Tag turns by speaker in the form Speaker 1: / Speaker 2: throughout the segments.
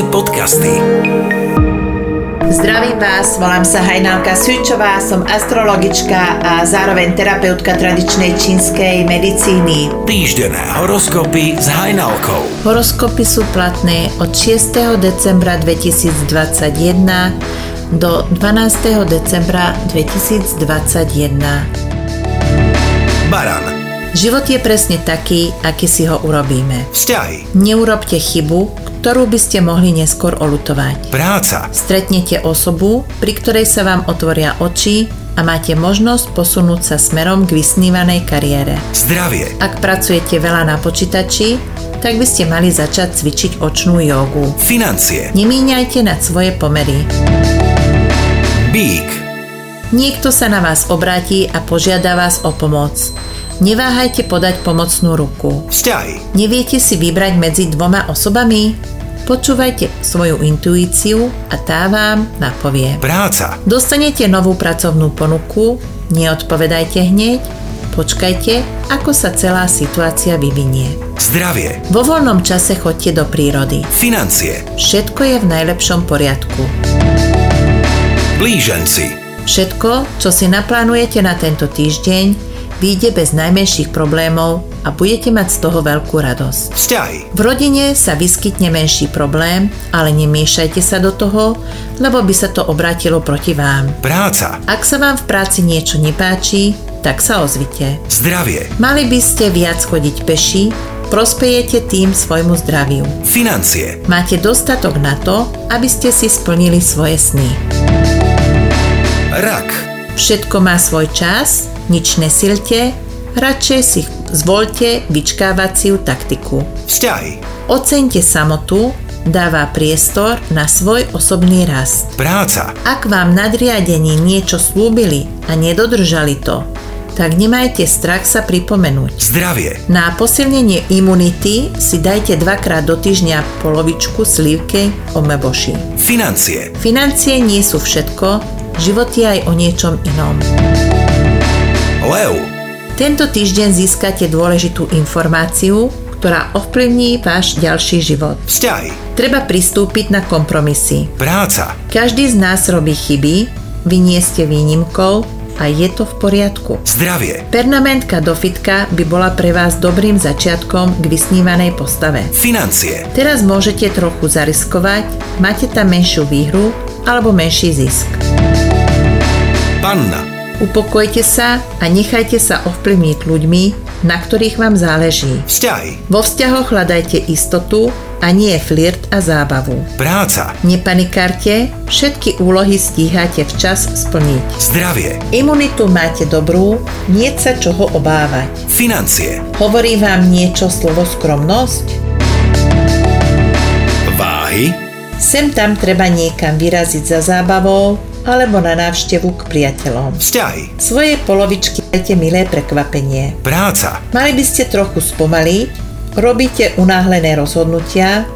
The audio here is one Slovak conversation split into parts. Speaker 1: podcasty.
Speaker 2: Zdravím vás, volám sa Hajnalka Sučová, som astrologička a zároveň terapeutka tradičnej čínskej medicíny.
Speaker 1: Týždené horoskopy s Hajnalkou.
Speaker 2: Horoskopy sú platné od 6. decembra 2021 do 12. decembra 2021.
Speaker 1: Baran.
Speaker 2: Život je presne taký, aký si ho urobíme.
Speaker 1: Vzťahy.
Speaker 2: Neurobte chybu, ktorú by ste mohli neskôr olutovať.
Speaker 1: Práca.
Speaker 2: Stretnete osobu, pri ktorej sa vám otvoria oči a máte možnosť posunúť sa smerom k vysnívanej kariére.
Speaker 1: Zdravie.
Speaker 2: Ak pracujete veľa na počítači, tak by ste mali začať cvičiť očnú jogu.
Speaker 1: Financie.
Speaker 2: Nemíňajte na svoje pomery.
Speaker 1: Bík.
Speaker 2: Niekto sa na vás obráti a požiada vás o pomoc. Neváhajte podať pomocnú ruku.
Speaker 1: Vzťahy.
Speaker 2: Neviete si vybrať medzi dvoma osobami? Počúvajte svoju intuíciu a tá vám napovie.
Speaker 1: Práca.
Speaker 2: Dostanete novú pracovnú ponuku, neodpovedajte hneď, počkajte, ako sa celá situácia vyvinie.
Speaker 1: Zdravie.
Speaker 2: Vo voľnom čase chodte do prírody.
Speaker 1: Financie.
Speaker 2: Všetko je v najlepšom poriadku.
Speaker 1: Blíženci.
Speaker 2: Všetko, čo si naplánujete na tento týždeň, vyjde bez najmenších problémov a budete mať z toho veľkú radosť.
Speaker 1: Vzťahy.
Speaker 2: V rodine sa vyskytne menší problém, ale nemiešajte sa do toho, lebo by sa to obrátilo proti vám.
Speaker 1: Práca.
Speaker 2: Ak sa vám v práci niečo nepáči, tak sa ozvite.
Speaker 1: Zdravie.
Speaker 2: Mali by ste viac chodiť peši, prospejete tým svojmu zdraviu.
Speaker 1: Financie.
Speaker 2: Máte dostatok na to, aby ste si splnili svoje sny.
Speaker 1: Rak.
Speaker 2: Všetko má svoj čas, nič nesilte, radšej si zvolte vyčkávaciu taktiku.
Speaker 1: Vzťahy.
Speaker 2: Oceňte samotu, dáva priestor na svoj osobný rast.
Speaker 1: Práca.
Speaker 2: Ak vám nadriadení niečo slúbili a nedodržali to, tak nemajte strach sa pripomenúť.
Speaker 1: Zdravie.
Speaker 2: Na posilnenie imunity si dajte dvakrát do týždňa polovičku slívke omeboši.
Speaker 1: Financie.
Speaker 2: Financie nie sú všetko, život je aj o niečom inom.
Speaker 1: Leu.
Speaker 2: Tento týždeň získate dôležitú informáciu, ktorá ovplyvní váš ďalší život.
Speaker 1: Vzťahy.
Speaker 2: Treba pristúpiť na kompromisy.
Speaker 1: Práca.
Speaker 2: Každý z nás robí chyby, vy nie ste výnimkou a je to v poriadku.
Speaker 1: Zdravie.
Speaker 2: Pernamentka do fitka by bola pre vás dobrým začiatkom k vysnívanej postave.
Speaker 1: Financie.
Speaker 2: Teraz môžete trochu zariskovať, máte tam menšiu výhru alebo menší zisk.
Speaker 1: Panna.
Speaker 2: Upokojte sa a nechajte sa ovplyvniť ľuďmi, na ktorých vám záleží.
Speaker 1: Vzťahy.
Speaker 2: Vo vzťahoch hľadajte istotu a nie flirt a zábavu.
Speaker 1: Práca.
Speaker 2: Nepanikárte, všetky úlohy stíhate včas splniť.
Speaker 1: Zdravie.
Speaker 2: Imunitu máte dobrú, nie sa čoho obávať.
Speaker 1: Financie.
Speaker 2: Hovorí vám niečo slovo skromnosť?
Speaker 1: Váhy.
Speaker 2: Sem tam treba niekam vyraziť za zábavou alebo na návštevu k priateľom.
Speaker 1: Vzťahy.
Speaker 2: Svoje polovičky dajte milé prekvapenie.
Speaker 1: Práca.
Speaker 2: Mali by ste trochu spomaliť, robíte unáhlené rozhodnutia,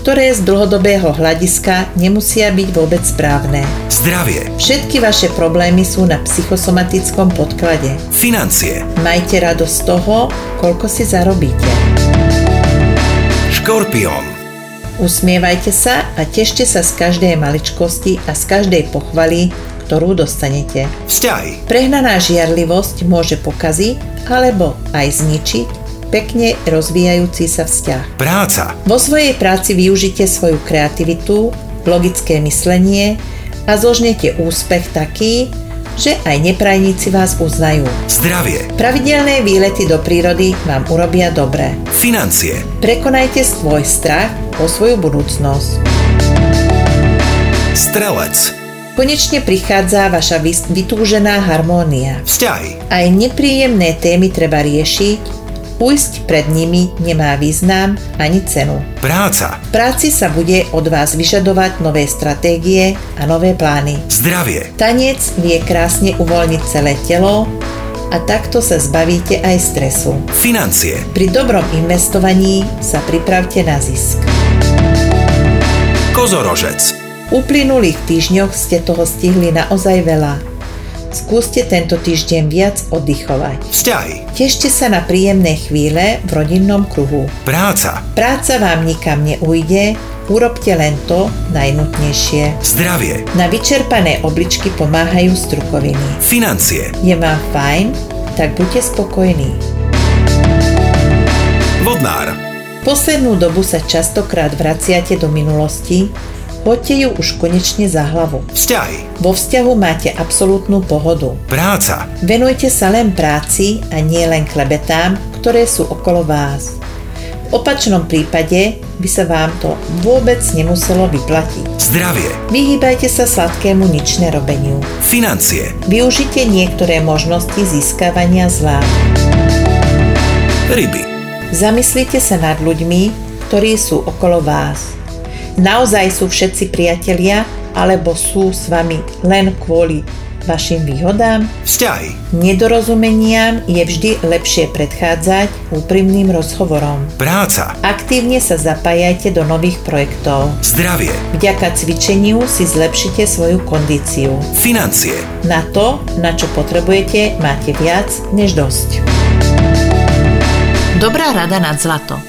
Speaker 2: ktoré z dlhodobého hľadiska nemusia byť vôbec správne.
Speaker 1: Zdravie.
Speaker 2: Všetky vaše problémy sú na psychosomatickom podklade.
Speaker 1: Financie.
Speaker 2: Majte radosť z toho, koľko si zarobíte.
Speaker 1: Škorpión.
Speaker 2: Usmievajte sa a tešte sa z každej maličkosti a z každej pochvaly, ktorú dostanete.
Speaker 1: Vzťahy.
Speaker 2: Prehnaná žiarlivosť môže pokaziť alebo aj zničiť pekne rozvíjajúci sa vzťah.
Speaker 1: Práca.
Speaker 2: Vo svojej práci využite svoju kreativitu, logické myslenie a zožnete úspech taký, že aj neprajníci vás uznajú.
Speaker 1: Zdravie.
Speaker 2: Pravidelné výlety do prírody vám urobia dobre.
Speaker 1: Financie.
Speaker 2: Prekonajte svoj strach o svoju budúcnosť.
Speaker 1: Strelec.
Speaker 2: Konečne prichádza vaša vys- vytúžená harmónia.
Speaker 1: Vzťahy.
Speaker 2: Aj nepríjemné témy treba riešiť, ujsť pred nimi nemá význam ani cenu.
Speaker 1: Práca.
Speaker 2: V práci sa bude od vás vyžadovať nové stratégie a nové plány.
Speaker 1: Zdravie.
Speaker 2: Tanec vie krásne uvoľniť celé telo a takto sa zbavíte aj stresu.
Speaker 1: Financie.
Speaker 2: Pri dobrom investovaní sa pripravte na zisk.
Speaker 1: Kozorožec.
Speaker 2: uplynulých týždňoch ste toho stihli naozaj veľa. Skúste tento týždeň viac oddychovať.
Speaker 1: Vzťahy.
Speaker 2: Tešte sa na príjemné chvíle v rodinnom kruhu.
Speaker 1: Práca.
Speaker 2: Práca vám nikam neujde, urobte len to najnutnejšie.
Speaker 1: zdravie,
Speaker 2: Na vyčerpané obličky pomáhajú strukoviny.
Speaker 1: financie,
Speaker 2: Je vám fajn? Tak buďte spokojní.
Speaker 1: vodnár,
Speaker 2: Poslednú dobu sa častokrát vraciate do minulosti, poďte ju už konečne za hlavu.
Speaker 1: vzťahy,
Speaker 2: Vo vzťahu máte absolútnu pohodu.
Speaker 1: práca,
Speaker 2: Venujte sa len práci a nie len klebetám, ktoré sú okolo vás. V opačnom prípade by sa vám to vôbec nemuselo vyplatiť.
Speaker 1: zdravie,
Speaker 2: Vyhýbajte sa sladkému nič nerobeniu.
Speaker 1: financie,
Speaker 2: Využite niektoré možnosti získavania zlá.
Speaker 1: ryby,
Speaker 2: Zamyslite sa nad ľuďmi, ktorí sú okolo vás. Naozaj sú všetci priatelia, alebo sú s vami len kvôli vašim výhodám?
Speaker 1: vzťahy,
Speaker 2: Nedorozumeniam je vždy lepšie predchádzať úprimným rozhovorom.
Speaker 1: práca,
Speaker 2: Aktívne sa zapájajte do nových projektov.
Speaker 1: zdravie,
Speaker 2: Vďaka cvičeniu si zlepšite svoju kondíciu.
Speaker 1: financie,
Speaker 2: Na to, na čo potrebujete, máte viac než dosť. Dobrá rada nad zlato.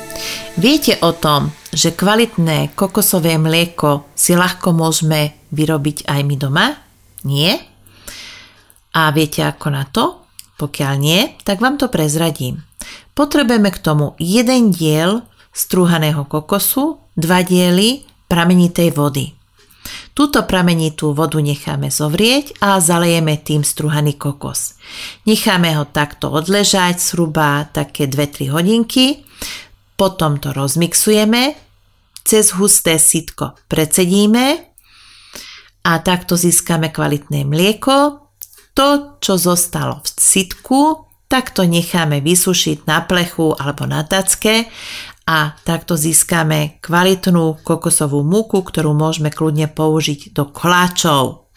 Speaker 2: Viete o tom, že kvalitné kokosové mlieko si ľahko môžeme vyrobiť aj my doma? Nie? A viete ako na to? Pokiaľ nie, tak vám to prezradím. Potrebujeme k tomu jeden diel strúhaného kokosu, dva diely pramenitej vody. Túto pramenitú vodu necháme zovrieť a zalejeme tým strúhaný kokos. Necháme ho takto odležať zhruba také 2-3 hodinky, potom to rozmixujeme, cez husté sitko precedíme a takto získame kvalitné mlieko. To, čo zostalo v sitku, tak to necháme vysušiť na plechu alebo na tacke a takto získame kvalitnú kokosovú múku, ktorú môžeme kľudne použiť do koláčov.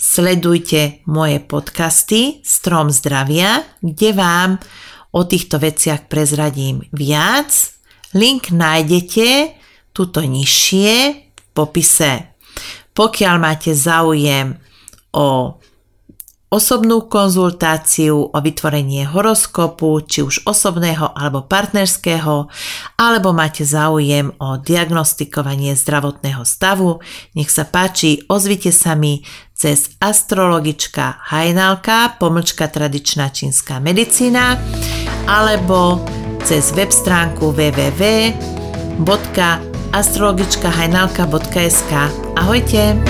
Speaker 2: Sledujte moje podcasty Strom zdravia, kde vám o týchto veciach prezradím viac. Link nájdete tuto nižšie v popise. Pokiaľ máte záujem o osobnú konzultáciu o vytvorenie horoskopu, či už osobného alebo partnerského, alebo máte záujem o diagnostikovanie zdravotného stavu, nech sa páči, ozvite sa mi cez astrologička Hajnalka, pomlčka tradičná čínska medicína, alebo cez web stránku www.astrologičkahajnalka.sk Ahojte!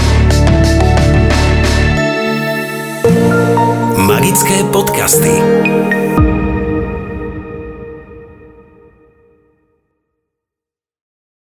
Speaker 1: magické podcasty.